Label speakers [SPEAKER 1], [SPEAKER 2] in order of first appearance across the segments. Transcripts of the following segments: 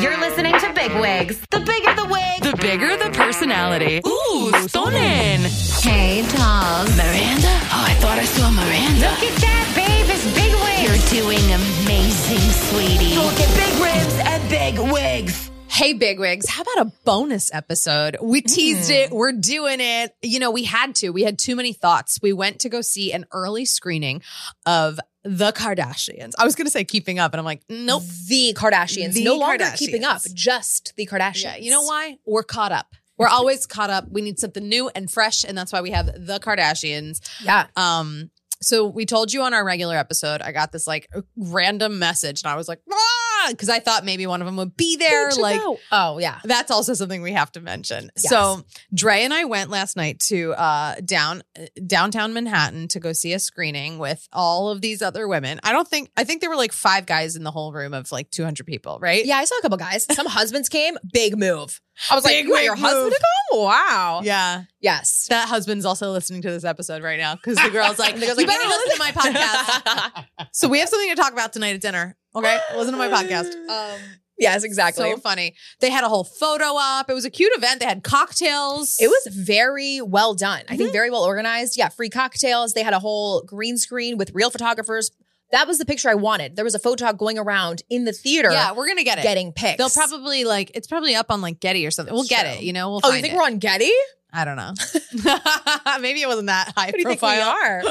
[SPEAKER 1] You're listening to Big Wigs. The bigger the wig,
[SPEAKER 2] The bigger the personality. Ooh, stunning.
[SPEAKER 1] Hey, dolls.
[SPEAKER 2] Miranda? Oh, I thought I saw Miranda.
[SPEAKER 1] Look at that, babe. It's Big Wigs.
[SPEAKER 2] doing amazing, sweetie.
[SPEAKER 1] Look at big ribs and big wigs.
[SPEAKER 3] Hey, bigwigs, how about a bonus episode? We teased
[SPEAKER 4] Hmm.
[SPEAKER 3] it. We're doing it. You know, we had to. We had too many thoughts. We went to go see an early screening of The Kardashians. I was going to say keeping up, and I'm like, nope.
[SPEAKER 4] The Kardashians.
[SPEAKER 3] The
[SPEAKER 4] no longer
[SPEAKER 3] Kardashians.
[SPEAKER 4] keeping up, just the Kardashians.
[SPEAKER 3] Yeah, you know why? We're caught up. We're always caught up. We need something new and fresh, and that's why we have The Kardashians.
[SPEAKER 4] Yeah.
[SPEAKER 3] Um, so we told you on our regular episode, I got this like random message, and I was like, ah, because I thought maybe one of them would be there.
[SPEAKER 4] Good to
[SPEAKER 3] Like,
[SPEAKER 4] know. oh, yeah.
[SPEAKER 3] That's also something we have to mention.
[SPEAKER 4] Yes.
[SPEAKER 3] So Dre and I went last night to uh, down downtown Manhattan to go see a screening with all of these other women. I don't think I think there were like five guys in the whole room of like two hundred people, right?
[SPEAKER 4] Yeah, I saw a couple guys. Some husbands came. Big move. I was
[SPEAKER 3] Big,
[SPEAKER 4] like, you want
[SPEAKER 3] big
[SPEAKER 4] your husband
[SPEAKER 3] move.
[SPEAKER 4] to come? Wow.
[SPEAKER 3] yeah.
[SPEAKER 4] Yes.
[SPEAKER 3] That husband's also listening to this episode right now because the girl's like,
[SPEAKER 4] The girl's
[SPEAKER 3] "You
[SPEAKER 4] like,
[SPEAKER 3] better
[SPEAKER 4] "You know
[SPEAKER 3] listen to my podcast." so we have something to talk about tonight at dinner. Okay, listen to my podcast.
[SPEAKER 4] Um, yes, exactly.
[SPEAKER 3] So funny. They had a whole photo op. It was a cute event. They had cocktails. Mhm.
[SPEAKER 4] It was very well done. I think very well organized. Yeah, free cocktails. They had a whole green screen with real photographers. That was the picture I wanted. There was a photog going around in the theater
[SPEAKER 3] yeah. We're gonna get it.
[SPEAKER 4] getting pics.
[SPEAKER 3] They'll probably like it's probably up on like Getty or something. We'll get
[SPEAKER 4] Sure.
[SPEAKER 3] it. You know, we'll.
[SPEAKER 4] Oh,
[SPEAKER 3] find
[SPEAKER 4] you think
[SPEAKER 3] it.
[SPEAKER 4] we're on Getty?
[SPEAKER 3] I don't know. Maybe it wasn't that high
[SPEAKER 4] Who do you think we
[SPEAKER 3] profile.
[SPEAKER 4] are?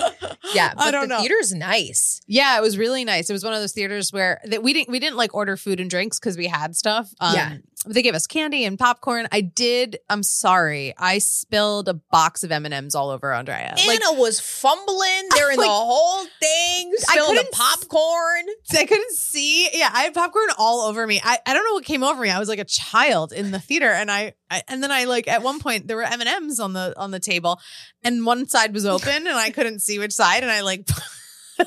[SPEAKER 4] Yeah, but
[SPEAKER 3] I don't
[SPEAKER 4] the
[SPEAKER 3] know.
[SPEAKER 4] theater's nice.
[SPEAKER 3] yeah, it was really nice. It was one of those theaters where that we didn't we didn't like order food and drinks because we had stuff. Um,
[SPEAKER 4] Yeah.
[SPEAKER 3] They gave us candy and popcorn. I did. I'm sorry. I spilled a box of M and M's all over Andrea. Like
[SPEAKER 4] Anna was fumbling. They're in
[SPEAKER 3] Like,
[SPEAKER 4] the whole thing,
[SPEAKER 3] I
[SPEAKER 4] spilling the
[SPEAKER 3] couldn't s-
[SPEAKER 4] popcorn.
[SPEAKER 3] I couldn't see. Yeah, I had popcorn all over me. I, I don't know what came over me. I was like a child in the theater, and I, I and then I like at one point there were M and M's on the on the table, and one side was open, and I couldn't see which side, and I like.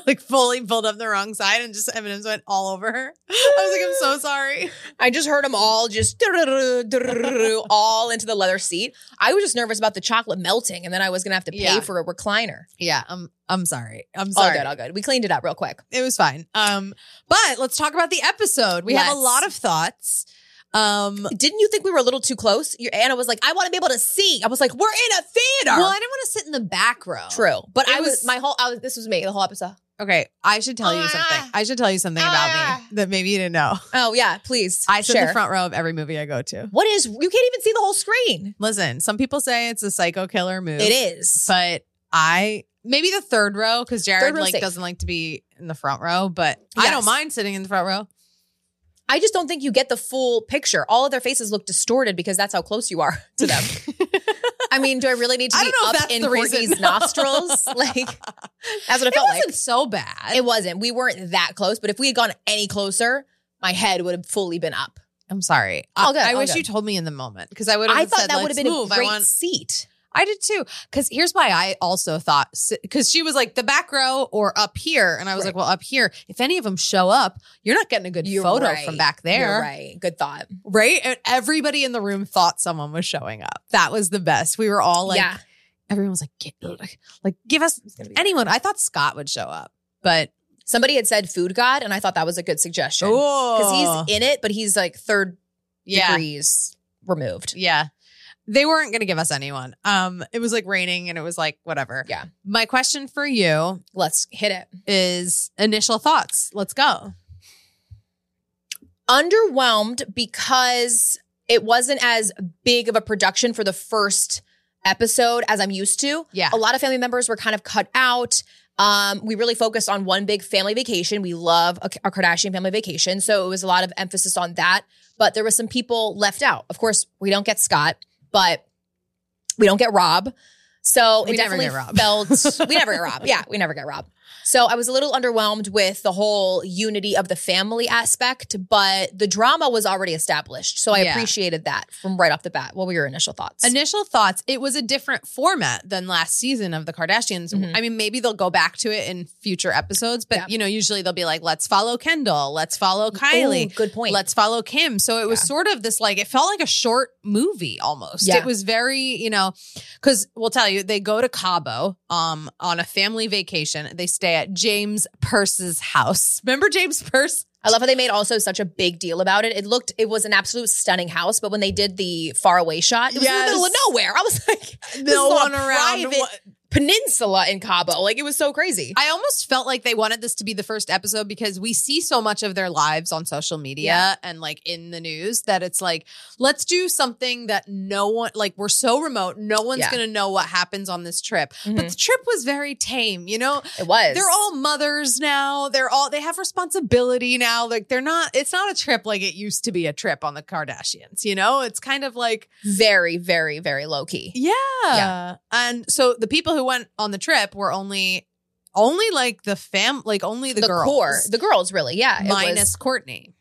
[SPEAKER 3] Like fully pulled up the wrong side and just M and M's went all over her. I was like, I'm so sorry.
[SPEAKER 4] I just heard them all just all into the leather seat. I was just nervous about the chocolate melting, and then I was gonna have to pay
[SPEAKER 3] Yeah.
[SPEAKER 4] for a recliner.
[SPEAKER 3] Yeah, I'm I'm sorry. I'm
[SPEAKER 4] All
[SPEAKER 3] sorry.
[SPEAKER 4] good, all good. We cleaned it up real quick.
[SPEAKER 3] it was fine. Um, but let's talk about the episode. We have a
[SPEAKER 4] Let's.
[SPEAKER 3] lot of thoughts. Um,
[SPEAKER 4] Didn't you think we were a little too close? Your Anna was like, "I want to be able to see." I was like, "We're in a theater."
[SPEAKER 3] well, I didn't want to sit in the back row.
[SPEAKER 4] True, but
[SPEAKER 3] It
[SPEAKER 4] I was,
[SPEAKER 3] was-
[SPEAKER 4] my whole. I was, this was me the whole episode.
[SPEAKER 3] Okay, I should tell you
[SPEAKER 4] Ah.
[SPEAKER 3] something. I should tell you something about me
[SPEAKER 4] Ah.
[SPEAKER 3] that maybe you didn't know.
[SPEAKER 4] Oh yeah, please.
[SPEAKER 3] I sit in
[SPEAKER 4] share.
[SPEAKER 3] the front row of every movie I go to.
[SPEAKER 4] What is? You can't even see the whole screen.
[SPEAKER 3] Listen, some people say it's a psycho killer move.
[SPEAKER 4] It is.
[SPEAKER 3] but I maybe the third row because Jared
[SPEAKER 4] row's
[SPEAKER 3] like
[SPEAKER 4] safe.
[SPEAKER 3] doesn't like to be in the front row, but I
[SPEAKER 4] Yes.
[SPEAKER 3] don't mind sitting in the front row.
[SPEAKER 4] I just don't think you get the full picture. All of their faces look distorted because that's how close you are to them. I mean, do I really need to
[SPEAKER 3] I
[SPEAKER 4] be
[SPEAKER 3] don't know if
[SPEAKER 4] up
[SPEAKER 3] that's
[SPEAKER 4] in
[SPEAKER 3] the reason.
[SPEAKER 4] Courtney's nostrils? Like, that's what it
[SPEAKER 3] It
[SPEAKER 4] felt
[SPEAKER 3] wasn't so bad.
[SPEAKER 4] like. It wasn't. We weren't that close, but if we had gone any closer, my head would have fully been up.
[SPEAKER 3] I'm sorry.
[SPEAKER 4] All good,
[SPEAKER 3] I, I
[SPEAKER 4] all
[SPEAKER 3] wish
[SPEAKER 4] good.
[SPEAKER 3] you told me in the moment because I would.
[SPEAKER 4] I thought that would
[SPEAKER 3] would
[SPEAKER 4] have been
[SPEAKER 3] move.
[SPEAKER 4] a
[SPEAKER 3] I
[SPEAKER 4] great
[SPEAKER 3] want.
[SPEAKER 4] seat.
[SPEAKER 3] I did too. Because here's why I also thought because she was like the back row or up here, and I was like,
[SPEAKER 4] Right.
[SPEAKER 3] well, up here. If any of them show up, you're not getting a good
[SPEAKER 4] You're
[SPEAKER 3] photo
[SPEAKER 4] right.
[SPEAKER 3] from back there.
[SPEAKER 4] You're right. Good thought.
[SPEAKER 3] right? And everybody in the room thought someone was showing up. That was the best. We were all like,
[SPEAKER 4] yeah.
[SPEAKER 3] everyone was like, "Get- like, like, give us anyone. I thought Scott would show up, but
[SPEAKER 4] Somebody had said food god, and I thought that was a good suggestion.
[SPEAKER 3] oh,
[SPEAKER 4] Because he's in it, but he's like third
[SPEAKER 3] yeah,
[SPEAKER 4] degrees removed.
[SPEAKER 3] yeah. They weren't going to give us anyone. Um, it was like raining, and it was like whatever.
[SPEAKER 4] Yeah.
[SPEAKER 3] My question for you
[SPEAKER 4] Let's hit it.
[SPEAKER 3] is initial thoughts. Let's go.
[SPEAKER 4] underwhelmed because it wasn't as big of a production for the first episode as I'm used to.
[SPEAKER 3] Yeah.
[SPEAKER 4] A lot of family members were kind of cut out. Um, we really focused on one big family vacation. We love a, a Kardashian family vacation. So it was a lot of emphasis on that. But there was some people left out. Of course, we don't get Scott, but we don't get Rob. So
[SPEAKER 3] We
[SPEAKER 4] it
[SPEAKER 3] never
[SPEAKER 4] definitely
[SPEAKER 3] get Rob.
[SPEAKER 4] felt we never get Rob. Yeah, we never get Rob. So I was a little underwhelmed with the whole unity of the family aspect, but the drama was already established. So I
[SPEAKER 3] Yeah.
[SPEAKER 4] appreciated that from right off the bat. What were your initial thoughts?
[SPEAKER 3] Initial thoughts. It was a different format than last season of the Kardashians.
[SPEAKER 4] Mhm.
[SPEAKER 3] I mean, maybe they'll go back to it in future episodes, but
[SPEAKER 4] Yeah.
[SPEAKER 3] you know, usually they'll be like, let's follow Kendall, let's follow Kylie,
[SPEAKER 4] Ooh, good point.
[SPEAKER 3] let's follow Kim. So it was sort of this like, it felt like a short movie almost.
[SPEAKER 4] Yeah.
[SPEAKER 3] It was very, you know, because we'll tell you, they go to Cabo um, on a family vacation. They stay at James Purse's house. Remember James Purse?
[SPEAKER 4] I love how they made also such a big deal about it. It looked, it was an absolute stunning house, but when they did the faraway shot, it was in the
[SPEAKER 3] Yes.
[SPEAKER 4] middle of nowhere. I was like, this is
[SPEAKER 3] No one
[SPEAKER 4] on a
[SPEAKER 3] around.
[SPEAKER 4] private
[SPEAKER 3] What-
[SPEAKER 4] peninsula in Cabo. Like it was so crazy.
[SPEAKER 3] I almost felt like they wanted this to be the first episode because we see so much of their lives on social media
[SPEAKER 4] Yeah.
[SPEAKER 3] and like in the news that it's like, let's do something that no one, like, we're so remote, no one's
[SPEAKER 4] Yeah.
[SPEAKER 3] going to know what happens on this trip. But
[SPEAKER 4] Mhm.
[SPEAKER 3] the trip was very tame, you know?
[SPEAKER 4] It was.
[SPEAKER 3] They're all mothers now. They're all, they have responsibility now. Like, they're not, it's not a trip like it used to be a trip on the Kardashians, you know? It's kind of like,
[SPEAKER 4] very, very, very low key.
[SPEAKER 3] yeah. And so the people who went on the trip were only only like the fam like only the, girls
[SPEAKER 4] core, the girls, really, yeah, it was
[SPEAKER 3] minus Courtney.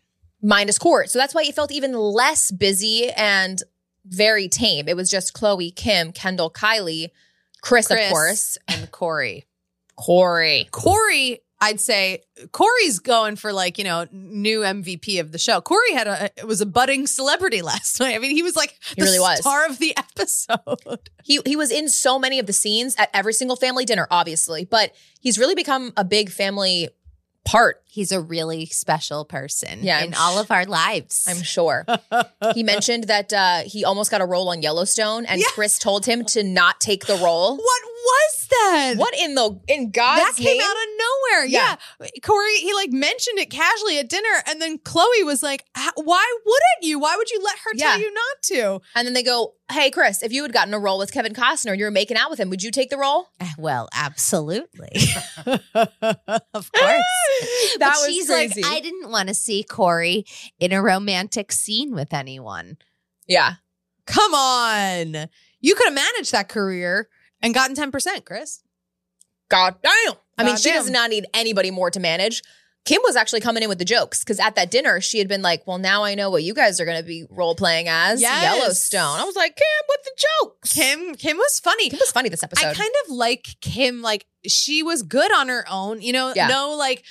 [SPEAKER 4] minus court. So that's why it felt even less busy and very tame. It was just Chloe, Kim, Kendall, Kylie, Chris,
[SPEAKER 3] Chris.
[SPEAKER 4] of course,
[SPEAKER 3] and Corey.
[SPEAKER 4] Corey.
[SPEAKER 3] Corey, I'd say Corey's going for like, you know, new MVP of the show. Corey had a was a budding celebrity last night. I mean, he was like
[SPEAKER 4] He
[SPEAKER 3] the
[SPEAKER 4] really was.
[SPEAKER 3] star of the episode.
[SPEAKER 4] He he was in so many of the scenes at every single family dinner, obviously, but he's really become a big family part.
[SPEAKER 3] He's a really special person
[SPEAKER 4] Yeah, I'm sh-
[SPEAKER 3] our lives.
[SPEAKER 4] I'm sure. he mentioned that uh, he almost got a role on Yellowstone, and
[SPEAKER 3] Yeah.
[SPEAKER 4] Chris told him to not take the role.
[SPEAKER 3] what was that?
[SPEAKER 4] What in the in God's
[SPEAKER 3] that came
[SPEAKER 4] name?
[SPEAKER 3] out of nowhere. Yeah.
[SPEAKER 4] Yeah.
[SPEAKER 3] Corey, he like mentioned it casually at dinner. And then Chloe was like, "H- why wouldn't you? Why would you let her tell
[SPEAKER 4] Yeah.
[SPEAKER 3] you not to?
[SPEAKER 4] And then they go, "Hey, Chris, if you had gotten a role with Kevin Costner and you were making out with him, would you take the role?"
[SPEAKER 1] Well, absolutely.
[SPEAKER 3] of course.
[SPEAKER 4] that
[SPEAKER 1] but she's like, I didn't want to see Corey in a romantic scene with anyone.
[SPEAKER 4] yeah,
[SPEAKER 3] Come on. You could have managed that career and gotten 10%, Chris.
[SPEAKER 4] God damn. I mean, she
[SPEAKER 3] Goddamn.
[SPEAKER 4] does not need anybody more to manage. Kim was actually coming in with the jokes because at that dinner she had been like, "Well, now I know what you guys are going to be role playing as
[SPEAKER 3] Yes.
[SPEAKER 4] Yellowstone." I was like, "Kim, what the jokes?"
[SPEAKER 3] Kim, Kim was funny.
[SPEAKER 4] Kim was funny this episode.
[SPEAKER 3] I kind of like Kim. Like she was good on her own. You know,
[SPEAKER 4] Yeah.
[SPEAKER 3] no like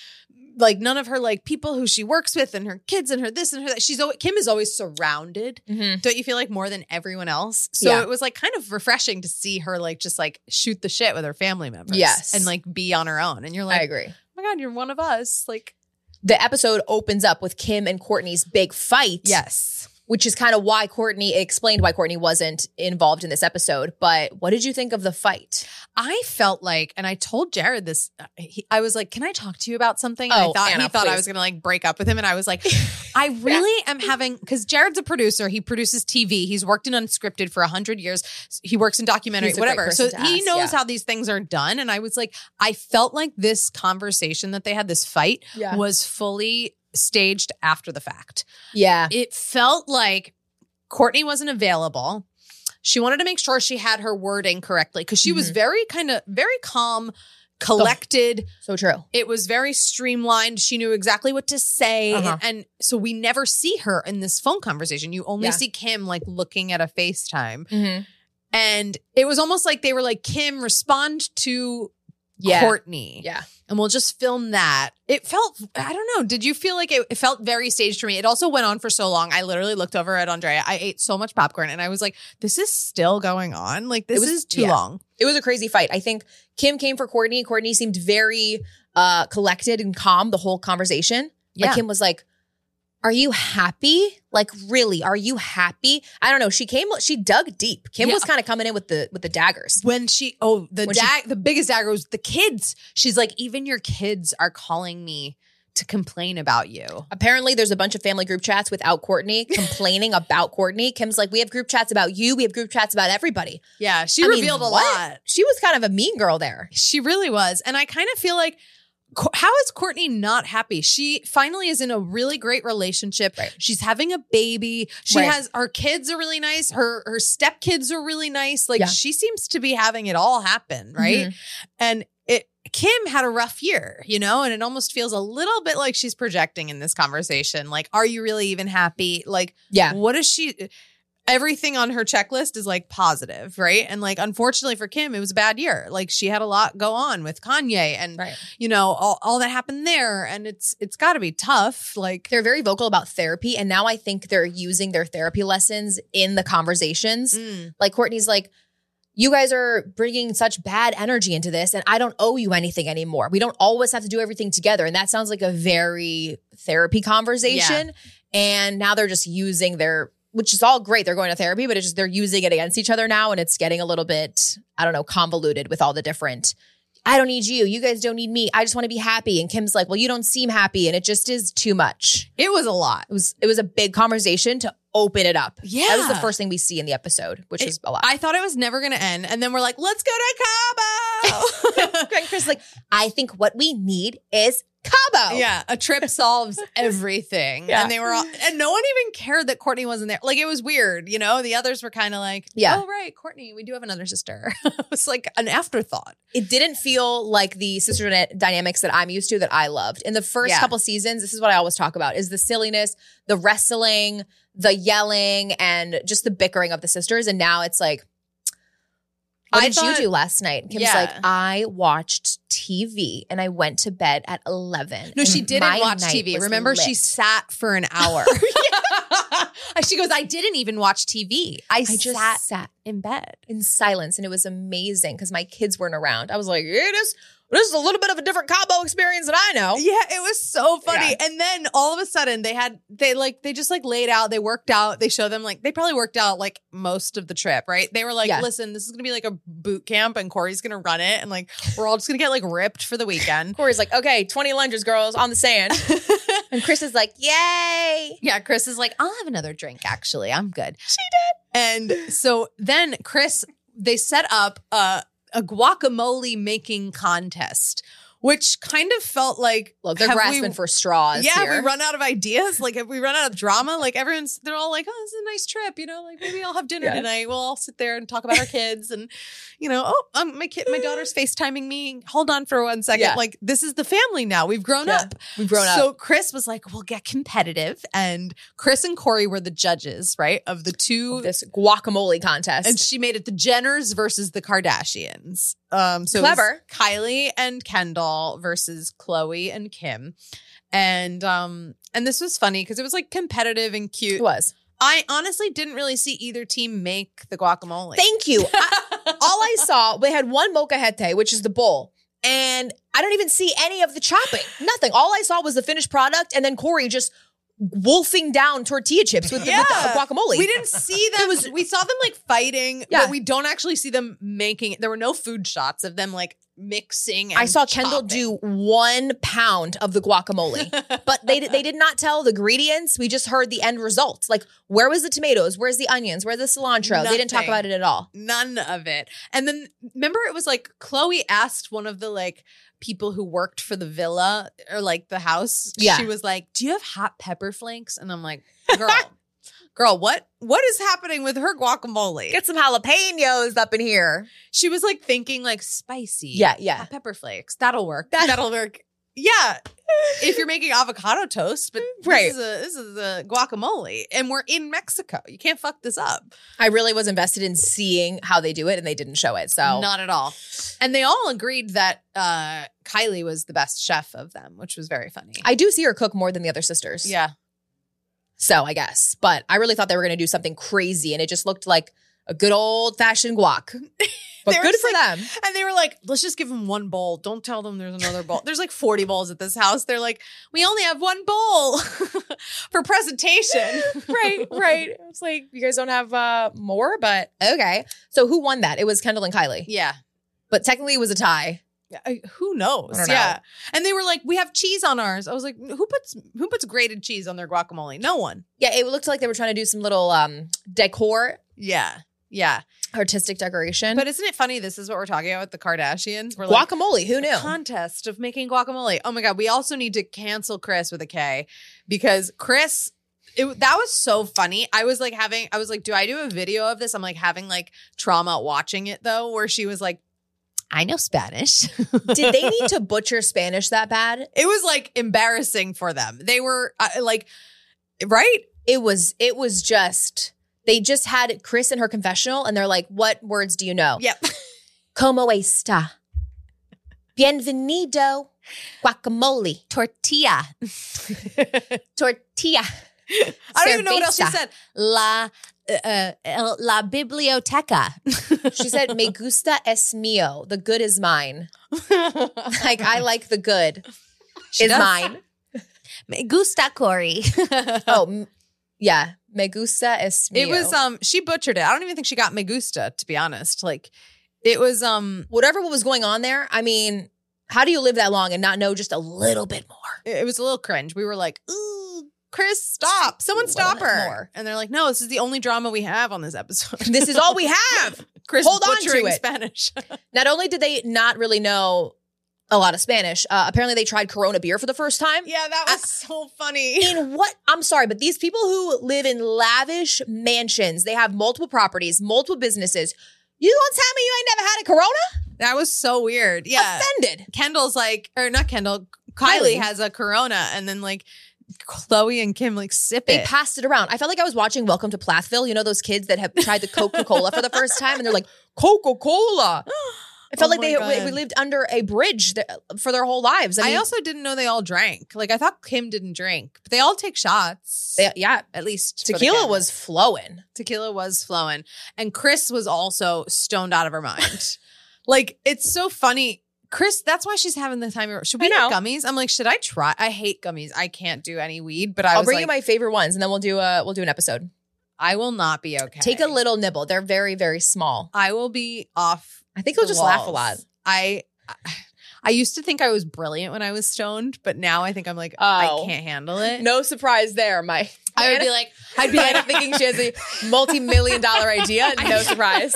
[SPEAKER 3] like none of her like people who she works with and her kids and her this and her that. She's always, Kim is always surrounded.
[SPEAKER 4] Mhm.
[SPEAKER 3] Don't you feel like more than everyone else? So
[SPEAKER 4] Yeah.
[SPEAKER 3] it was like kind of refreshing to see her like just like shoot the shit with her family members.
[SPEAKER 4] Yes.
[SPEAKER 3] and like be on her own. And you're
[SPEAKER 4] I
[SPEAKER 3] like,
[SPEAKER 4] agree.
[SPEAKER 3] oh my god, you're one of us. Like
[SPEAKER 4] The episode opens up with Kim and Courtney's big fight.
[SPEAKER 3] yes.
[SPEAKER 4] which is kind of why Courtney it explained why Courtney wasn't involved in this episode. But what did you think of the fight?
[SPEAKER 3] I felt like, and I told Jared this. uh, He, I was like, "Can I talk to you about something?" And I
[SPEAKER 4] Oh,
[SPEAKER 3] thought he
[SPEAKER 4] Anna,
[SPEAKER 3] thought I
[SPEAKER 4] please.
[SPEAKER 3] was going to like break up with him, and I was like, "I really am having." Because Jared's a producer; he produces TV. He's worked in unscripted for hundred years. He works in documentary,
[SPEAKER 4] He's a great
[SPEAKER 3] whatever. So he
[SPEAKER 4] person to ask,
[SPEAKER 3] knows
[SPEAKER 4] yeah.
[SPEAKER 3] how these things are done. And I was like, I felt like this conversation that they had, this fight,
[SPEAKER 4] Yeah.
[SPEAKER 3] was fully staged after the fact.
[SPEAKER 4] Yeah.
[SPEAKER 3] It felt like Courtney wasn't available. She wanted to make sure she had her wording correctly because she was
[SPEAKER 4] Mhm.
[SPEAKER 3] very kind of very calm, collected.
[SPEAKER 4] So true.
[SPEAKER 3] It was very streamlined. She knew exactly what to say.
[SPEAKER 4] Uh-huh.
[SPEAKER 3] And so we never see her in this phone conversation. You only
[SPEAKER 4] Yeah.
[SPEAKER 3] see Kim like looking at a FaceTime.
[SPEAKER 4] Mm-hmm.
[SPEAKER 3] And it was almost like they were like, Kim, respond to
[SPEAKER 4] Yeah.
[SPEAKER 3] Courtney.
[SPEAKER 4] Yeah.
[SPEAKER 3] And we'll just film that. It felt, I don't know. Did you feel like it, it felt very staged for me? It also went on for so long. I literally looked over at Andrea. I ate so much popcorn and I was like, this is still going on. Like, this
[SPEAKER 4] was-
[SPEAKER 3] is too
[SPEAKER 4] yeah.
[SPEAKER 3] long.
[SPEAKER 4] It was a crazy fight. I think Kim came for Courtney. Courtney seemed very uh collected and calm the whole conversation.
[SPEAKER 3] Yeah.
[SPEAKER 4] Like Kim was like, Are you happy? Like, really, are you happy? I don't know. She came she dug deep. Kim
[SPEAKER 3] Yeah.
[SPEAKER 4] was kind of coming in with the with the daggers.
[SPEAKER 3] When she, oh, the
[SPEAKER 4] When she-
[SPEAKER 3] dag, the biggest dagger was the kids. She's like, even your kids are calling me to complain about you.
[SPEAKER 4] Apparently, there's a bunch of family group chats without Courtney complaining about Courtney. Kim's like, we have group chats about you. We have group chats about everybody.
[SPEAKER 3] Yeah, she
[SPEAKER 4] I mean,
[SPEAKER 3] revealed a
[SPEAKER 4] what?
[SPEAKER 3] lot.
[SPEAKER 4] She was kind of a mean girl there.
[SPEAKER 3] She really was. And I kind of feel like, Co- how is Courtney not happy? She finally is in a really great relationship.
[SPEAKER 4] Right.
[SPEAKER 3] She's having a baby. She
[SPEAKER 4] Right.
[SPEAKER 3] has her kids are really nice. Her her stepkids are really nice. Like
[SPEAKER 4] Yeah. Mm-hmm.
[SPEAKER 3] she seems to be having it all happen, right? And it Kim had a rough year, you know, and it almost feels a little bit like she's projecting in this conversation. Like, are you really even happy? Like,
[SPEAKER 4] Yeah.
[SPEAKER 3] what is she? Everything on her checklist is like positive, right? And like, unfortunately for Kim, it was a bad year. Like, she had a lot go on with Kanye, and
[SPEAKER 4] Right.
[SPEAKER 3] you know, all, all that happened there, and it's it's got to be tough. Like,
[SPEAKER 4] They're very vocal about therapy. And now I think they're using their therapy lessons in the conversations.
[SPEAKER 3] mm,
[SPEAKER 4] Like Courtney's like, you guys are bringing such bad energy into this and I don't owe you anything anymore. We don't always have to do everything together. And that sounds like a very therapy conversation. And now they're just using their, which is all great. They're going to therapy, but it's just they're using it against each other now. And it's getting a little bit, I don't know, convoluted with all the different. I don't need you. You guys don't need me. I just want to be happy. And Kim's like, well, you don't seem happy. And it just is too much.
[SPEAKER 3] It was a lot.
[SPEAKER 4] It was, it was a big conversation to open it up.
[SPEAKER 3] Yeah.
[SPEAKER 4] That was the first thing we see in the episode, which
[SPEAKER 3] It-
[SPEAKER 4] is a lot.
[SPEAKER 3] I thought it was never going to end. And then we're like, let's go to Cabo.
[SPEAKER 4] Greg and Chris is like, I think what we need is Cabo.
[SPEAKER 3] Yeah, a trip solves everything.
[SPEAKER 4] Yeah.
[SPEAKER 3] And they were all, and no one even cared that Courtney wasn't there. Like it was weird, you know? The others were kind of like,
[SPEAKER 4] Yeah.
[SPEAKER 3] oh, right, Courtney, we do have another sister. it was like an afterthought.
[SPEAKER 4] It didn't feel like the sister dyna- dynamics that I'm used to that I loved. In the first
[SPEAKER 3] Yeah.
[SPEAKER 4] couple seasons, this is what I always talk about is the silliness, the wrestling, the yelling, and just the bickering of the sisters. And now it's like, what
[SPEAKER 3] I
[SPEAKER 4] did
[SPEAKER 3] thought-
[SPEAKER 4] you do last night? Kim's
[SPEAKER 3] Yeah.
[SPEAKER 4] like, I watched TV and I went to bed at 11.
[SPEAKER 3] No, she
[SPEAKER 4] and
[SPEAKER 3] didn't
[SPEAKER 4] Mm-hmm. my
[SPEAKER 3] watch
[SPEAKER 4] night
[SPEAKER 3] TV.
[SPEAKER 4] was
[SPEAKER 3] Remember, she
[SPEAKER 4] lit."
[SPEAKER 3] sat for an hour. she goes, I didn't even watch TV. I,
[SPEAKER 4] I just
[SPEAKER 3] sat
[SPEAKER 4] sat
[SPEAKER 3] in bed.
[SPEAKER 4] in silence and it was amazing because my kids weren't around. I was like, yeah, this, this is a little bit of a different Cabo experience than I know.
[SPEAKER 3] Yeah, it was so funny.
[SPEAKER 4] Oh. Yeah.
[SPEAKER 3] And then all of a sudden they had they like they just like laid out, they worked out, they show them like they probably worked out like most of the trip, right? They were like,
[SPEAKER 4] Yeah.
[SPEAKER 3] listen, this is gonna be like a boot camp and Corey's gonna run it and like we're all just gonna get like ripped for the weekend.
[SPEAKER 4] Corey's like, okay, 20 lunges, girls, on the sand. and Chris is like, yay.
[SPEAKER 1] Yeah, Chris is like, I'll have another drink. Actually, I'm good.
[SPEAKER 3] and so then Chris, they set up a, a guacamole making contest, which kind of felt like
[SPEAKER 4] Look, they're
[SPEAKER 3] have we-
[SPEAKER 4] grasping for straws.
[SPEAKER 3] yeah,
[SPEAKER 4] here.
[SPEAKER 3] we run out of ideas. Like if we run out of drama, like everyone's they're all like, "Oh, this is a nice trip," you know. Like maybe I'll have dinner
[SPEAKER 4] Yeah.
[SPEAKER 3] tonight. We'll all sit there and talk about our kids, and you know, oh, um, my kid, my daughter's Facetiming me. Hold on for one second.
[SPEAKER 4] Yeah.
[SPEAKER 3] Like this is the family now. We've grown
[SPEAKER 4] Yeah.
[SPEAKER 3] up.
[SPEAKER 4] We've grown
[SPEAKER 3] so
[SPEAKER 4] up.
[SPEAKER 3] Chris was like, "We'll get competitive," and Chris and Corey were the judges, right, of the two.
[SPEAKER 4] This guacamole contest.
[SPEAKER 3] and she made it the Jenners versus the Kardashians. Um, so it was
[SPEAKER 4] Clever.
[SPEAKER 3] Kylie and Kendall versus Chloe and Kim, and um, and this was funny because it was like competitive and cute.
[SPEAKER 4] it was.
[SPEAKER 3] I honestly didn't really see either team make the guacamole.
[SPEAKER 4] Thank you. I- all I saw, we had one molcajete, which is the bowl. And I don't even see any of the chopping. Nothing. All I saw was the finished product and then Corey just wolfing down tortilla chips with, the- with
[SPEAKER 3] Yeah.
[SPEAKER 4] the guacamole.
[SPEAKER 3] we didn't see them. we saw them like fighting,
[SPEAKER 4] Yeah.
[SPEAKER 3] but we don't actually see them making. There were no food shots of them like mixing. And
[SPEAKER 4] I saw Kendall
[SPEAKER 3] chopping.
[SPEAKER 4] do one pound of the guacamole, but they they did not tell the ingredients. We just heard the end results. Like, where was the tomatoes? Where's the onions? Where's the cilantro? They didn't talk
[SPEAKER 3] Nothing.
[SPEAKER 4] about it at all.
[SPEAKER 3] none of it. And then remember it was like Chloe asked one of the like people who worked for the villa or like the house.
[SPEAKER 4] Yeah.
[SPEAKER 3] She was like, "Do you have hot pepper flakes?" And I'm like, "Girl, girl, what what is happening with her guacamole?"
[SPEAKER 4] Get some jalapenos up in here.
[SPEAKER 3] She was like thinking like spicy.
[SPEAKER 4] Yeah, yeah.
[SPEAKER 3] Hot pepper flakes. That'll work.
[SPEAKER 4] That-
[SPEAKER 3] That'll work. Yeah. If you're making avocado toast, but
[SPEAKER 4] Right.
[SPEAKER 3] this is a this is a guacamole and we're in Mexico. You can't fuck this up.
[SPEAKER 4] I really was invested in seeing how they do it, and they didn't show it. So
[SPEAKER 3] Not at all. And they all agreed that uh, Kylie was the best chef of them, which was very funny.
[SPEAKER 4] I do see her cook more than the other sisters.
[SPEAKER 3] yeah.
[SPEAKER 4] So I guess, but I really thought they were going to do something crazy, and it just looked like a good old fashioned guac. But
[SPEAKER 3] They were
[SPEAKER 4] good
[SPEAKER 3] just
[SPEAKER 4] for
[SPEAKER 3] like-
[SPEAKER 4] them.
[SPEAKER 3] And they were like, let's just give them one bowl. Don't tell them there's another bowl. There's like 40 bowls at this house. They're like, we only have one bowl for presentation.
[SPEAKER 4] right, right. It was like, you guys don't have uh, more, but okay. So who won that? It was Kendall and Kylie,
[SPEAKER 3] Yeah.
[SPEAKER 4] but technically it was a tie.
[SPEAKER 3] I- who knows?
[SPEAKER 4] I don't know.
[SPEAKER 3] yeah. And they were like, we have cheese on ours. I was like, who puts who puts grated cheese on their guacamole? No one.
[SPEAKER 4] Yeah, it looked like they were trying to do some little um, decor,
[SPEAKER 3] Yeah. Yeah.
[SPEAKER 4] artistic decoration.
[SPEAKER 3] But isn't it funny? This is what we're talking about with the Kardashians. We're like,
[SPEAKER 4] guacamole, who knew?
[SPEAKER 3] contest of making guacamole. Oh my god, we also need to cancel Chris with a K because Chris it, that was so funny. I was like having I was like do I do a video of this? I'm like having like trauma watching it though where she was like
[SPEAKER 1] I know Spanish.
[SPEAKER 4] Did they need to butcher Spanish that bad?
[SPEAKER 3] it was like embarrassing for them. They were uh, like right?
[SPEAKER 4] It was. It was just. They just had Chris in her confessional, and they're like, "What words do you know?
[SPEAKER 3] Yep.
[SPEAKER 4] Como está? Bienvenido, guacamole,
[SPEAKER 1] Tortilla.
[SPEAKER 4] tortilla."
[SPEAKER 3] I don't even know what else she
[SPEAKER 4] Cerveza.
[SPEAKER 3] said. La
[SPEAKER 4] eh,
[SPEAKER 1] uh, el- la biblioteca.
[SPEAKER 4] She said, "Me gusta es mío. The good is mine. like I like the good is
[SPEAKER 3] does.
[SPEAKER 4] mine.
[SPEAKER 1] Me gusta Corey.
[SPEAKER 4] Oh, m- yeah. Me gusta es mío.
[SPEAKER 3] It was um she butchered it. I don't even think she got Megusta, to be honest. Like it was um
[SPEAKER 4] whatever was going on there. I mean, how do you live that long and not know just a little bit more?
[SPEAKER 3] it it was a little cringe. We were like, ooh, Chris, stop. Someone
[SPEAKER 4] Well,
[SPEAKER 3] stop
[SPEAKER 4] not
[SPEAKER 3] her.
[SPEAKER 4] more.
[SPEAKER 3] And they're like, no, this is the only drama we have on this episode.
[SPEAKER 4] This is all we have.
[SPEAKER 3] Chris
[SPEAKER 4] Hold on to
[SPEAKER 3] butchering
[SPEAKER 4] it.
[SPEAKER 3] Spanish.
[SPEAKER 4] Not only did they not really know a lot of Spanish, uh, apparently they tried Corona beer for the first time.
[SPEAKER 3] yeah, that was so funny.
[SPEAKER 4] In what? I'm sorry, but these people who live in lavish mansions, they have multiple properties, multiple businesses. You gonna tell me you ain't never had a Corona?
[SPEAKER 3] That was so weird. Yeah.
[SPEAKER 4] Offended.
[SPEAKER 3] Kendall's like, or not Kendall,
[SPEAKER 4] Kylie.
[SPEAKER 3] Kylie, has a corona. And then like Chloe and Kim like sip
[SPEAKER 4] They
[SPEAKER 3] it.
[SPEAKER 4] passed it around. I felt like I was watching Welcome to Plathville. You know those kids that have tried the Coca Cola for the first time, and they're like Coca Cola. I felt
[SPEAKER 3] Oh
[SPEAKER 4] like
[SPEAKER 3] my
[SPEAKER 4] they we,
[SPEAKER 3] God.
[SPEAKER 4] we lived under a bridge th- for their whole lives. I,
[SPEAKER 3] I,
[SPEAKER 4] mean,
[SPEAKER 3] also didn't know they all drank. Like I thought Kim didn't drink, but they all take shots.
[SPEAKER 4] they- yeah,
[SPEAKER 3] at least for the
[SPEAKER 4] tequila
[SPEAKER 3] camera.
[SPEAKER 4] was flowing.
[SPEAKER 3] tequila was flowing and chris was also stoned out of her mind like it's so funny chris that's why she's having the time of her- should
[SPEAKER 4] I
[SPEAKER 3] we
[SPEAKER 4] know.
[SPEAKER 3] have gummies i'm like should i try i hate gummies i can't do any weed but i
[SPEAKER 4] I'll
[SPEAKER 3] was
[SPEAKER 4] bring
[SPEAKER 3] like,
[SPEAKER 4] you my favorite ones, and then we'll do a we'll do an episode.
[SPEAKER 3] i will not be okay
[SPEAKER 4] Take a little nibble. They're very very small.
[SPEAKER 3] i will be off
[SPEAKER 4] I think you'll
[SPEAKER 3] the
[SPEAKER 4] just laugh a lot.
[SPEAKER 3] walls. i i used to think i was brilliant when i was stoned but now i think i'm like
[SPEAKER 4] Oh.
[SPEAKER 3] i can't handle it
[SPEAKER 4] No surprise there, Mike.
[SPEAKER 3] i would be like
[SPEAKER 4] I'd be like thinking she has a multi million dollar idea. No surprise.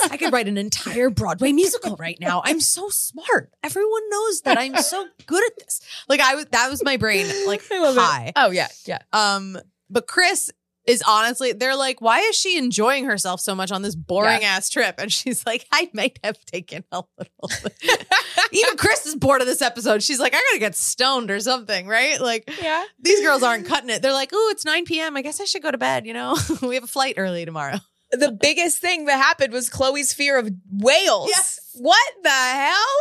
[SPEAKER 3] I could write an entire Broadway musical right now. I'm so smart. Everyone knows that I'm so good at this. Like I was that was my brain like high.
[SPEAKER 4] Oh yeah, yeah.
[SPEAKER 3] Um but Chris is honestly they're like why is she enjoying herself so much on this boring ass trip and she's like I might have taken a little. bit." Even Chris is bored of this episode. She's like I got to get stoned or something, right? Like
[SPEAKER 4] Yeah.
[SPEAKER 3] these girls aren't cutting it. They're like, "Oh, it's 9 p.m. I guess I should go to bed, you know. we have a flight early tomorrow."
[SPEAKER 4] the biggest thing that happened was Chloe's fear of whales.
[SPEAKER 3] Yes.
[SPEAKER 4] What the hell?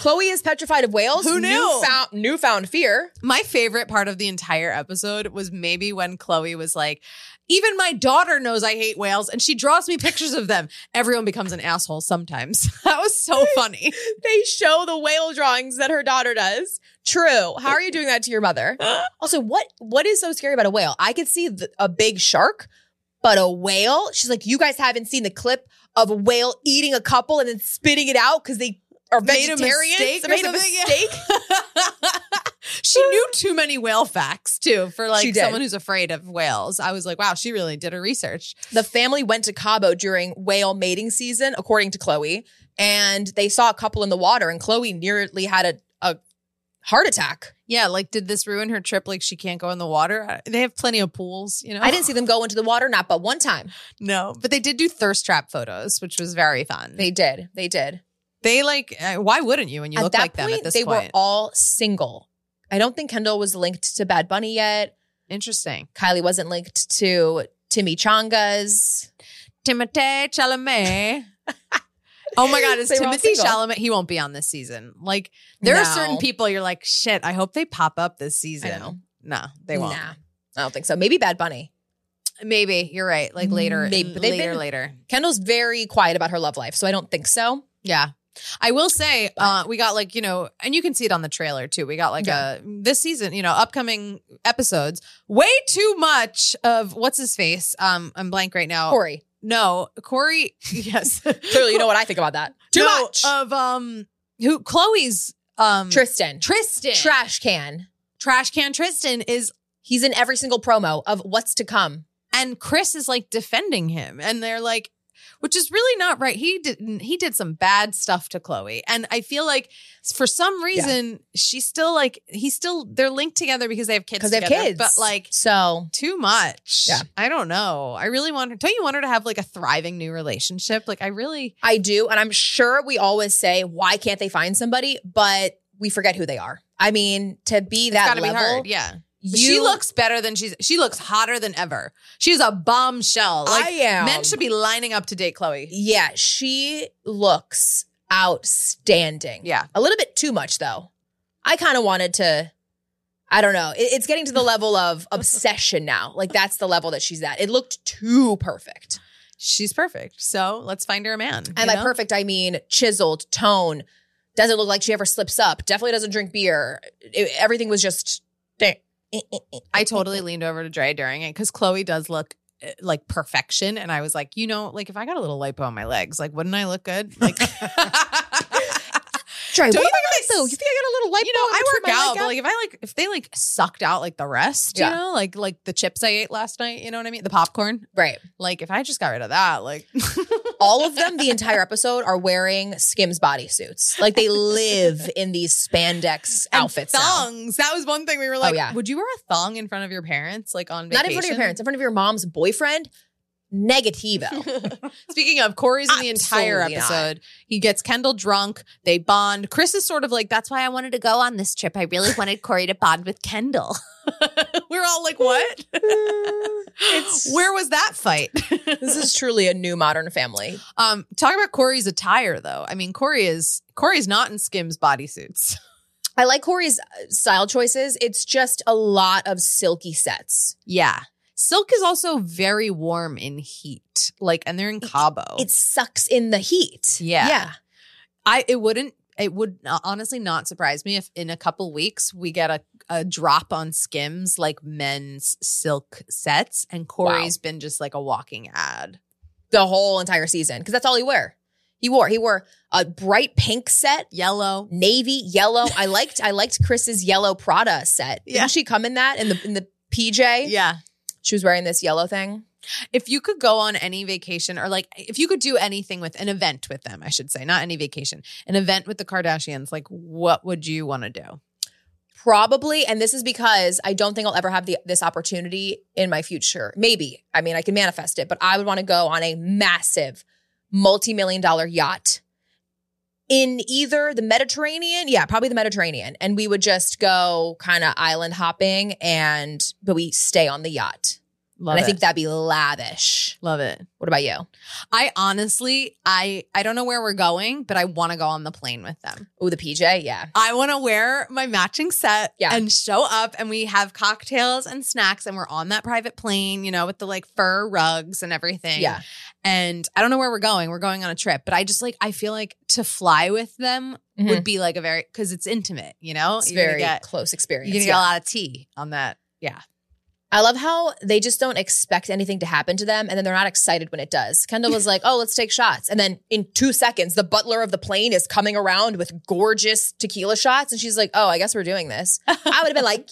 [SPEAKER 4] Chloe is petrified of whales.
[SPEAKER 3] Who knew?
[SPEAKER 4] Newfound, newfound fear.
[SPEAKER 3] My favorite part of the entire episode was maybe when Chloe was like, even my daughter knows I hate whales and she draws me pictures of them. Everyone becomes an asshole sometimes. That was so funny.
[SPEAKER 4] They show the whale drawings that her daughter does. True. How are you doing that to your mother? also, what what is so scary about a whale? I could see th- a big shark, but a whale. She's like, you guys haven't seen the clip of a whale eating a couple and then spitting it out because they are
[SPEAKER 3] Made a
[SPEAKER 4] vegetarians.
[SPEAKER 3] mistake or
[SPEAKER 4] Made a
[SPEAKER 3] something, yeah.
[SPEAKER 4] mistake.
[SPEAKER 3] she knew too many whale facts too for
[SPEAKER 4] She
[SPEAKER 3] like
[SPEAKER 4] did.
[SPEAKER 3] someone who's afraid of whales. I was like, wow, she really did her research.
[SPEAKER 4] the family went to Cabo during whale mating season, according to Chloe, and they saw a couple in the water, and Chloe nearly had a, a heart attack.
[SPEAKER 3] Yeah, like did this ruin her trip? Like she can't go in the water. I- They have plenty of pools, you know.
[SPEAKER 4] I didn't see them go into the water, not but one time.
[SPEAKER 3] no, but they did do thirst trap photos, which was very fun. They,
[SPEAKER 4] They did. They did.
[SPEAKER 3] like, uh, why wouldn't you when you
[SPEAKER 4] at
[SPEAKER 3] look
[SPEAKER 4] that
[SPEAKER 3] like
[SPEAKER 4] point,
[SPEAKER 3] them? At this
[SPEAKER 4] they
[SPEAKER 3] point,
[SPEAKER 4] were all single. I don't think Kendall was linked to Bad Bunny yet.
[SPEAKER 3] interesting.
[SPEAKER 4] Kylie wasn't linked to Timmy Changas.
[SPEAKER 3] Timothée Chalamet. oh my God, is
[SPEAKER 4] They were all
[SPEAKER 3] Timothy
[SPEAKER 4] single.
[SPEAKER 3] Chalamet? He won't be on this season. Like there are certain
[SPEAKER 4] No.
[SPEAKER 3] people you're like, shit. I hope they pop up this
[SPEAKER 4] I
[SPEAKER 3] season.
[SPEAKER 4] know.
[SPEAKER 3] No, they won't.
[SPEAKER 4] Nah, I don't think so. Maybe Bad Bunny.
[SPEAKER 3] Maybe you're right. Like later,
[SPEAKER 4] Maybe, but they've
[SPEAKER 3] later,
[SPEAKER 4] been-
[SPEAKER 3] later.
[SPEAKER 4] Kendall's very quiet about her love life, so I don't think so.
[SPEAKER 3] Yeah. I will say, uh, we got like, you know, and you can see it on the trailer too. We got like a this season, you know, upcoming episodes, way too much of what's his face. Um, I'm blank right now.
[SPEAKER 4] Corey,
[SPEAKER 3] No, Corey. Yes.
[SPEAKER 4] clearly, you know what I think about that. Too
[SPEAKER 3] No,
[SPEAKER 4] much.
[SPEAKER 3] of um who Chloe's um
[SPEAKER 4] Tristan.
[SPEAKER 3] Tristan
[SPEAKER 4] Trash can.
[SPEAKER 3] trash can Tristan is
[SPEAKER 4] He's in every single promo of what's to come.
[SPEAKER 3] and Chris is like defending him and they're like which is really not right. He did he did some bad stuff to Chloe and I feel like for some reason she's still like he's still they're linked together because they have kids
[SPEAKER 4] Because they have
[SPEAKER 3] together,
[SPEAKER 4] kids.
[SPEAKER 3] but like
[SPEAKER 4] so
[SPEAKER 3] too much.
[SPEAKER 4] Yeah.
[SPEAKER 3] I don't know. I really want her don't you want her to have like a thriving new relationship? Like I really
[SPEAKER 4] I do. And I'm sure we always say, why can't they find somebody? But we forget who they are. I mean, to be that
[SPEAKER 3] gotta
[SPEAKER 4] level,
[SPEAKER 3] be hard. Yeah. she
[SPEAKER 4] you-
[SPEAKER 3] looks better than she's. She looks hotter than ever. She's a bombshell. Like
[SPEAKER 4] I am.
[SPEAKER 3] men should be lining up to date Chloe.
[SPEAKER 4] yeah, she looks outstanding.
[SPEAKER 3] Yeah.
[SPEAKER 4] A little bit too much, though. I kind of wanted to, I don't know. It- it's getting to the level of obsession now. Like that's the level that she's at. It looked too perfect.
[SPEAKER 3] She's perfect. So let's find her a man. you
[SPEAKER 4] And by
[SPEAKER 3] know?
[SPEAKER 4] perfect, I mean chiseled, tone. Doesn't look like she ever slips up. Definitely doesn't drink beer. It- everything was just. eh,
[SPEAKER 3] I totally leaned over to Dre during it because Chloe does look eh, like perfection. And I was like, you know, like if I got a little lipo on my legs, like wouldn't I look good? Like, don't you think I
[SPEAKER 4] Dre, what though? You think I got a little lipo?
[SPEAKER 3] You know, I
[SPEAKER 4] in
[SPEAKER 3] work
[SPEAKER 4] between my
[SPEAKER 3] out,
[SPEAKER 4] leg
[SPEAKER 3] but like if I like if they like sucked out like the rest,
[SPEAKER 4] Yeah.
[SPEAKER 3] you know, like like the chips I ate last night, you know what I mean? The popcorn.
[SPEAKER 4] right.
[SPEAKER 3] Like if I just got rid of that, like
[SPEAKER 4] All of them, the entire episode, are wearing Skims bodysuits. Like they live in these spandex
[SPEAKER 3] And
[SPEAKER 4] outfits. now. Oh,
[SPEAKER 3] thongs. That was one thing we were like,
[SPEAKER 4] yeah.
[SPEAKER 3] would you wear a thong in front of your parents, like on
[SPEAKER 4] Not
[SPEAKER 3] vacation?
[SPEAKER 4] in front of your parents, in front of your mom's boyfriend. Negativo.
[SPEAKER 3] Speaking of, Corey's in the entire
[SPEAKER 4] Absolutely not.
[SPEAKER 3] episode. He gets Kendall drunk. They bond. Chris is sort of like, that's
[SPEAKER 1] That's why I wanted to go on this trip. I really wanted Corey to bond with Kendall.
[SPEAKER 3] we're all like, what? Where was that fight?
[SPEAKER 4] this is truly a new modern family.
[SPEAKER 3] um, talk about Corey's attire though. I mean, Corey is Corey's not in Skims bodysuits.
[SPEAKER 4] I like Corey's uh, style choices. It's just a lot of silky sets.
[SPEAKER 3] Yeah. Silk is also very warm in heat. Like, and they're in Cabo.
[SPEAKER 4] It sucks in the heat.
[SPEAKER 3] Oh. Yeah.
[SPEAKER 4] Yeah.
[SPEAKER 3] I it wouldn't it would not- honestly not surprise me if in a couple weeks we get a, a drop on skims like men's silk sets and Corey's been just like a walking ad.
[SPEAKER 4] The whole entire season. Because that's all he wore. He wore. He wore a bright pink set.
[SPEAKER 3] Yellow.
[SPEAKER 4] Navy, yellow. I liked I liked Chris's yellow Prada set.
[SPEAKER 3] Yeah.
[SPEAKER 4] Didn't she come in that in the in the PJ?
[SPEAKER 3] Yeah.
[SPEAKER 4] She was wearing this yellow thing.
[SPEAKER 3] If you could go on any vacation or like if you could do anything with an event with them, I should say, not any vacation, an event with the Kardashians, like what would you want to do?
[SPEAKER 4] Probably, and this is because I don't think I'll ever have the, this opportunity in my future. Maybe. I mean, I can manifest it, but I would want to go on a massive multi-million dollar yacht in either the Mediterranean, yeah, probably the Mediterranean, and we would just go kind of island hopping and but we stay on the yacht.
[SPEAKER 3] Love
[SPEAKER 4] and
[SPEAKER 3] it.
[SPEAKER 4] I think that'd be lavish.
[SPEAKER 3] Love it.
[SPEAKER 4] What about you?
[SPEAKER 3] I honestly, I I don't know where we're going, but I want to go on the plane with them.
[SPEAKER 4] Oh, the PJ, yeah.
[SPEAKER 3] I want to wear my matching set
[SPEAKER 4] Yeah.
[SPEAKER 3] and show up, and we have cocktails and snacks, and we're on that private plane, you know, with the like fur rugs and everything.
[SPEAKER 4] Yeah.
[SPEAKER 3] And I don't know where we're going. We're going on a trip, but I just like, I feel like to fly with them would be like a very, because it's intimate, you know?
[SPEAKER 4] Mm-hmm. It's
[SPEAKER 3] You're gonna
[SPEAKER 4] very
[SPEAKER 3] get-
[SPEAKER 4] close experience.
[SPEAKER 3] You're going to
[SPEAKER 4] yeah.
[SPEAKER 3] get a lot of tea on that.
[SPEAKER 4] I love how they just don't expect anything to happen to them and then they're not excited when it does. Kendall was like, oh, let's take shots. And then in two seconds, the butler of the plane is coming around with gorgeous tequila shots. And she's like, oh, I guess we're doing this. I would have been like,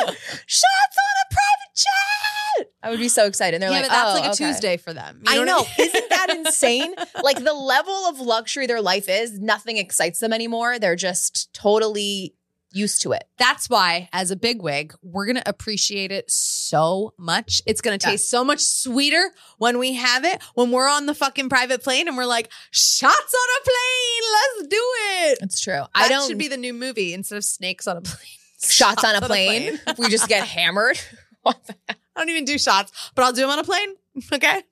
[SPEAKER 4] yeah, shots on a private jet. I would be so excited. And they're
[SPEAKER 3] yeah,
[SPEAKER 4] like,
[SPEAKER 3] but that's
[SPEAKER 4] "Oh,
[SPEAKER 3] like a
[SPEAKER 4] okay."
[SPEAKER 3] Tuesday for them. You
[SPEAKER 4] I
[SPEAKER 3] what
[SPEAKER 4] know.
[SPEAKER 3] mean?
[SPEAKER 4] Isn't that insane? like the level of luxury their life is, nothing excites them anymore. They're just totally used to it.
[SPEAKER 3] That's why, as a bigwig, we're going to appreciate it so much. It's going to
[SPEAKER 4] Yeah.
[SPEAKER 3] taste so much sweeter when we have it, when we're on the fucking private plane and we're like, shots on a plane. Let's do it.
[SPEAKER 4] That's true.
[SPEAKER 3] That
[SPEAKER 4] I don't
[SPEAKER 3] should be the new movie instead of snakes on a plane.
[SPEAKER 4] shots, on a plane. we just get hammered
[SPEAKER 3] I don't even do shots, but I'll do them on a plane. Okay.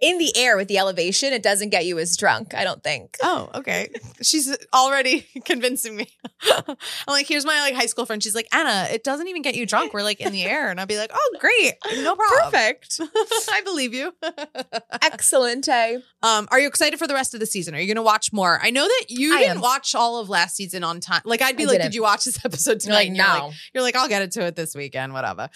[SPEAKER 4] in the air with the elevation. It doesn't get you as drunk, I don't think.
[SPEAKER 3] Oh, okay. She's already convincing me. I'm like, here's my like high school friend. She's like, Anna, it doesn't even get you drunk. We're like in the air, and I'll be like, oh, great, no problem.
[SPEAKER 4] Perfect.
[SPEAKER 3] I believe you.
[SPEAKER 4] Excellent. eh?
[SPEAKER 3] Um, are you excited for the rest of the season? Are you going to watch more? I know that you
[SPEAKER 4] I
[SPEAKER 3] didn't
[SPEAKER 4] am.
[SPEAKER 3] watch all of last season on time. Like, I'd be
[SPEAKER 4] I
[SPEAKER 3] like,
[SPEAKER 4] didn't.
[SPEAKER 3] did you watch this episode
[SPEAKER 4] You're
[SPEAKER 3] tonight?
[SPEAKER 4] like,
[SPEAKER 3] And you're
[SPEAKER 4] no.
[SPEAKER 3] You're like, I'll get into it this weekend, whatever.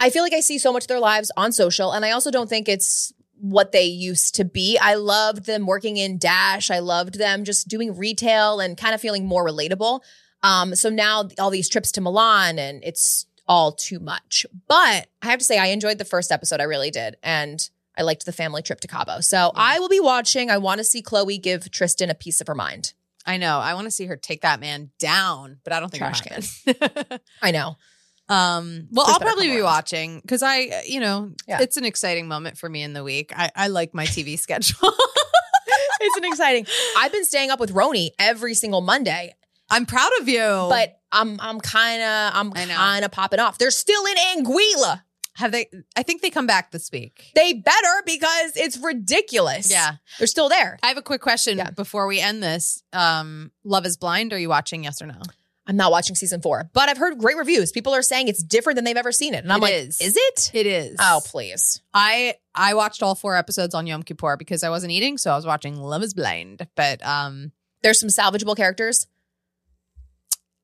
[SPEAKER 4] I feel like I see so much of their lives on social, and I also don't think it's what they used to be. I loved them working in Dash. I loved them just doing retail and kind of feeling more relatable. Um, so now all these trips to Milan and it's all too much. But I have to say, I enjoyed the first episode. I really did, and I liked the family trip to Cabo. So I will be watching. I want to see Chloe give Tristan a piece of her mind.
[SPEAKER 3] I know. I want to see her take that man down, but I don't think
[SPEAKER 4] Trash
[SPEAKER 3] it happens.
[SPEAKER 4] I know.
[SPEAKER 3] um, well,
[SPEAKER 4] Please
[SPEAKER 3] I'll
[SPEAKER 4] better
[SPEAKER 3] probably
[SPEAKER 4] come
[SPEAKER 3] be
[SPEAKER 4] around.
[SPEAKER 3] watching because I, uh, you know,
[SPEAKER 4] Yeah.
[SPEAKER 3] it's an exciting moment for me in the week. I, I like my TV schedule.
[SPEAKER 4] it's an exciting. I've been staying up with Roni every single Monday,
[SPEAKER 3] I'm proud of you.
[SPEAKER 4] but I'm I'm kind of I'm
[SPEAKER 3] Oh. I know.
[SPEAKER 4] kind of popping off. They're still in Anguilla.
[SPEAKER 3] have they? I think they come back this week.
[SPEAKER 4] They better because it's ridiculous.
[SPEAKER 3] Yeah.
[SPEAKER 4] they're still there.
[SPEAKER 3] I have a quick question
[SPEAKER 4] Yeah.
[SPEAKER 3] before we end this. Um, Love is Blind. Are you watching? Yes or no?
[SPEAKER 4] I'm not watching season four, but I've heard great reviews. People are saying it's different than they've ever seen it, and I'm
[SPEAKER 1] It
[SPEAKER 4] like,
[SPEAKER 1] is.
[SPEAKER 4] is it?
[SPEAKER 3] It is.
[SPEAKER 4] Oh, please.
[SPEAKER 3] I I watched all four episodes on Yom Kippur because I wasn't eating, so I was watching Love Is Blind. But um,
[SPEAKER 4] There's some salvageable characters.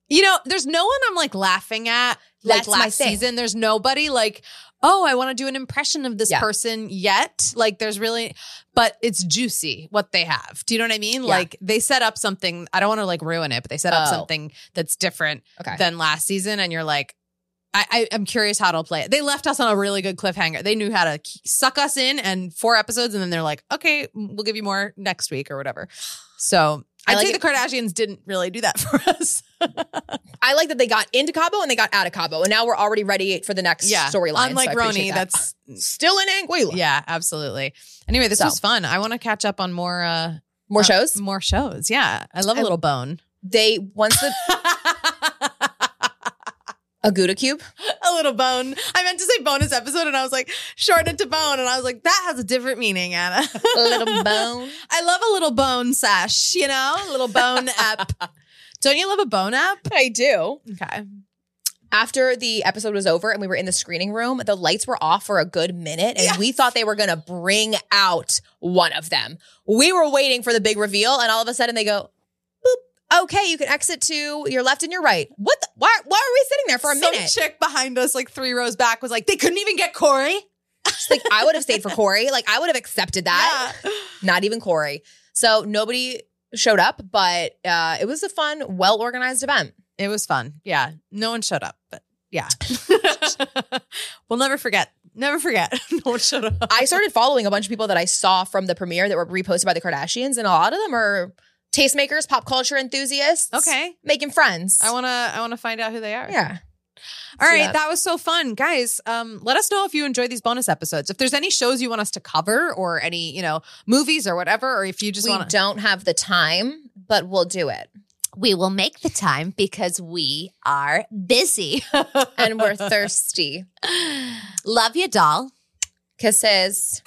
[SPEAKER 3] you know, there's no one I'm like laughing at. Like
[SPEAKER 4] That's my
[SPEAKER 3] last
[SPEAKER 4] thing.
[SPEAKER 3] season, there's nobody like, oh, I want to do an impression of this
[SPEAKER 4] Yeah.
[SPEAKER 3] person yet. Like, there's really, but it's juicy what they have. Do you know what I mean?
[SPEAKER 4] Yeah.
[SPEAKER 3] Like, they set up something. I don't want to like ruin it, but they set up
[SPEAKER 4] Oh.
[SPEAKER 3] something that's different
[SPEAKER 4] Okay.
[SPEAKER 3] than last season, and you're like. I, I, I'm curious how it'll play. They left us on a really good cliffhanger. They knew how to k- suck us in and four episodes, and then they're like, okay, we'll give you more next week or whatever. So
[SPEAKER 4] I
[SPEAKER 3] I'd
[SPEAKER 4] like
[SPEAKER 3] say
[SPEAKER 4] it-
[SPEAKER 3] the Kardashians didn't really do that for us.
[SPEAKER 4] I like that they got into Cabo and they got out of Cabo, and now we're already ready for the next storyline.
[SPEAKER 3] Unlike
[SPEAKER 4] so I appreciate
[SPEAKER 3] Roni,
[SPEAKER 4] that.
[SPEAKER 3] that's
[SPEAKER 4] still in Anguilla.
[SPEAKER 3] yeah, absolutely. Anyway, this
[SPEAKER 4] So.
[SPEAKER 3] was fun. I want to catch up on more uh
[SPEAKER 4] More
[SPEAKER 3] uh,
[SPEAKER 4] shows.
[SPEAKER 3] more shows. Yeah, I love a
[SPEAKER 4] I-
[SPEAKER 3] little bone.
[SPEAKER 4] They once the Aguda Cube.
[SPEAKER 3] a little bone. I meant to say bonus episode, and I was like, shorten it to bone, and I was like, that has a different meaning, Anna.
[SPEAKER 4] A little bone.
[SPEAKER 3] I love a little bone sash. You know, a little bone app. Don't you love a bone app?
[SPEAKER 4] I do.
[SPEAKER 3] Okay.
[SPEAKER 4] After the episode was over and we were in the screening room, the lights were off for a good minute and
[SPEAKER 3] Yeah.
[SPEAKER 4] we thought they were going to bring out one of them. We were waiting for the big reveal and all of a sudden they go, boop, okay, you can exit to your left and your right. What the, why, why are we sitting there for a
[SPEAKER 3] Some
[SPEAKER 4] minute?
[SPEAKER 3] chick behind us, like three rows back, was like, they couldn't even get Corey.
[SPEAKER 4] It's like, I would have stayed for Corey. Like I would have accepted that.
[SPEAKER 3] Yeah.
[SPEAKER 4] Not even Corey. So nobody showed up, but uh, it was a fun, well organized event.
[SPEAKER 3] It was fun. Yeah. No one showed up, but yeah. we'll never forget. Never forget. no one showed up.
[SPEAKER 4] I started following a bunch of people that I saw from the premiere that were reposted by the Kardashians, and a lot of them are tastemakers, pop culture enthusiasts.
[SPEAKER 3] Okay.
[SPEAKER 4] Making friends.
[SPEAKER 3] I wanna I wanna find out who they are.
[SPEAKER 4] yeah.
[SPEAKER 3] All
[SPEAKER 4] see
[SPEAKER 3] right.
[SPEAKER 4] that.
[SPEAKER 3] That. was so fun. Guys, um, let us know if you enjoy these bonus episodes. If there's any shows you want us to cover or any, you know, movies or whatever, or if you just
[SPEAKER 4] we
[SPEAKER 3] want to
[SPEAKER 4] don't have the time, but we'll do it.
[SPEAKER 1] We will make the time because we are busy.
[SPEAKER 4] And we're thirsty.
[SPEAKER 1] Love you, doll.
[SPEAKER 4] Kisses.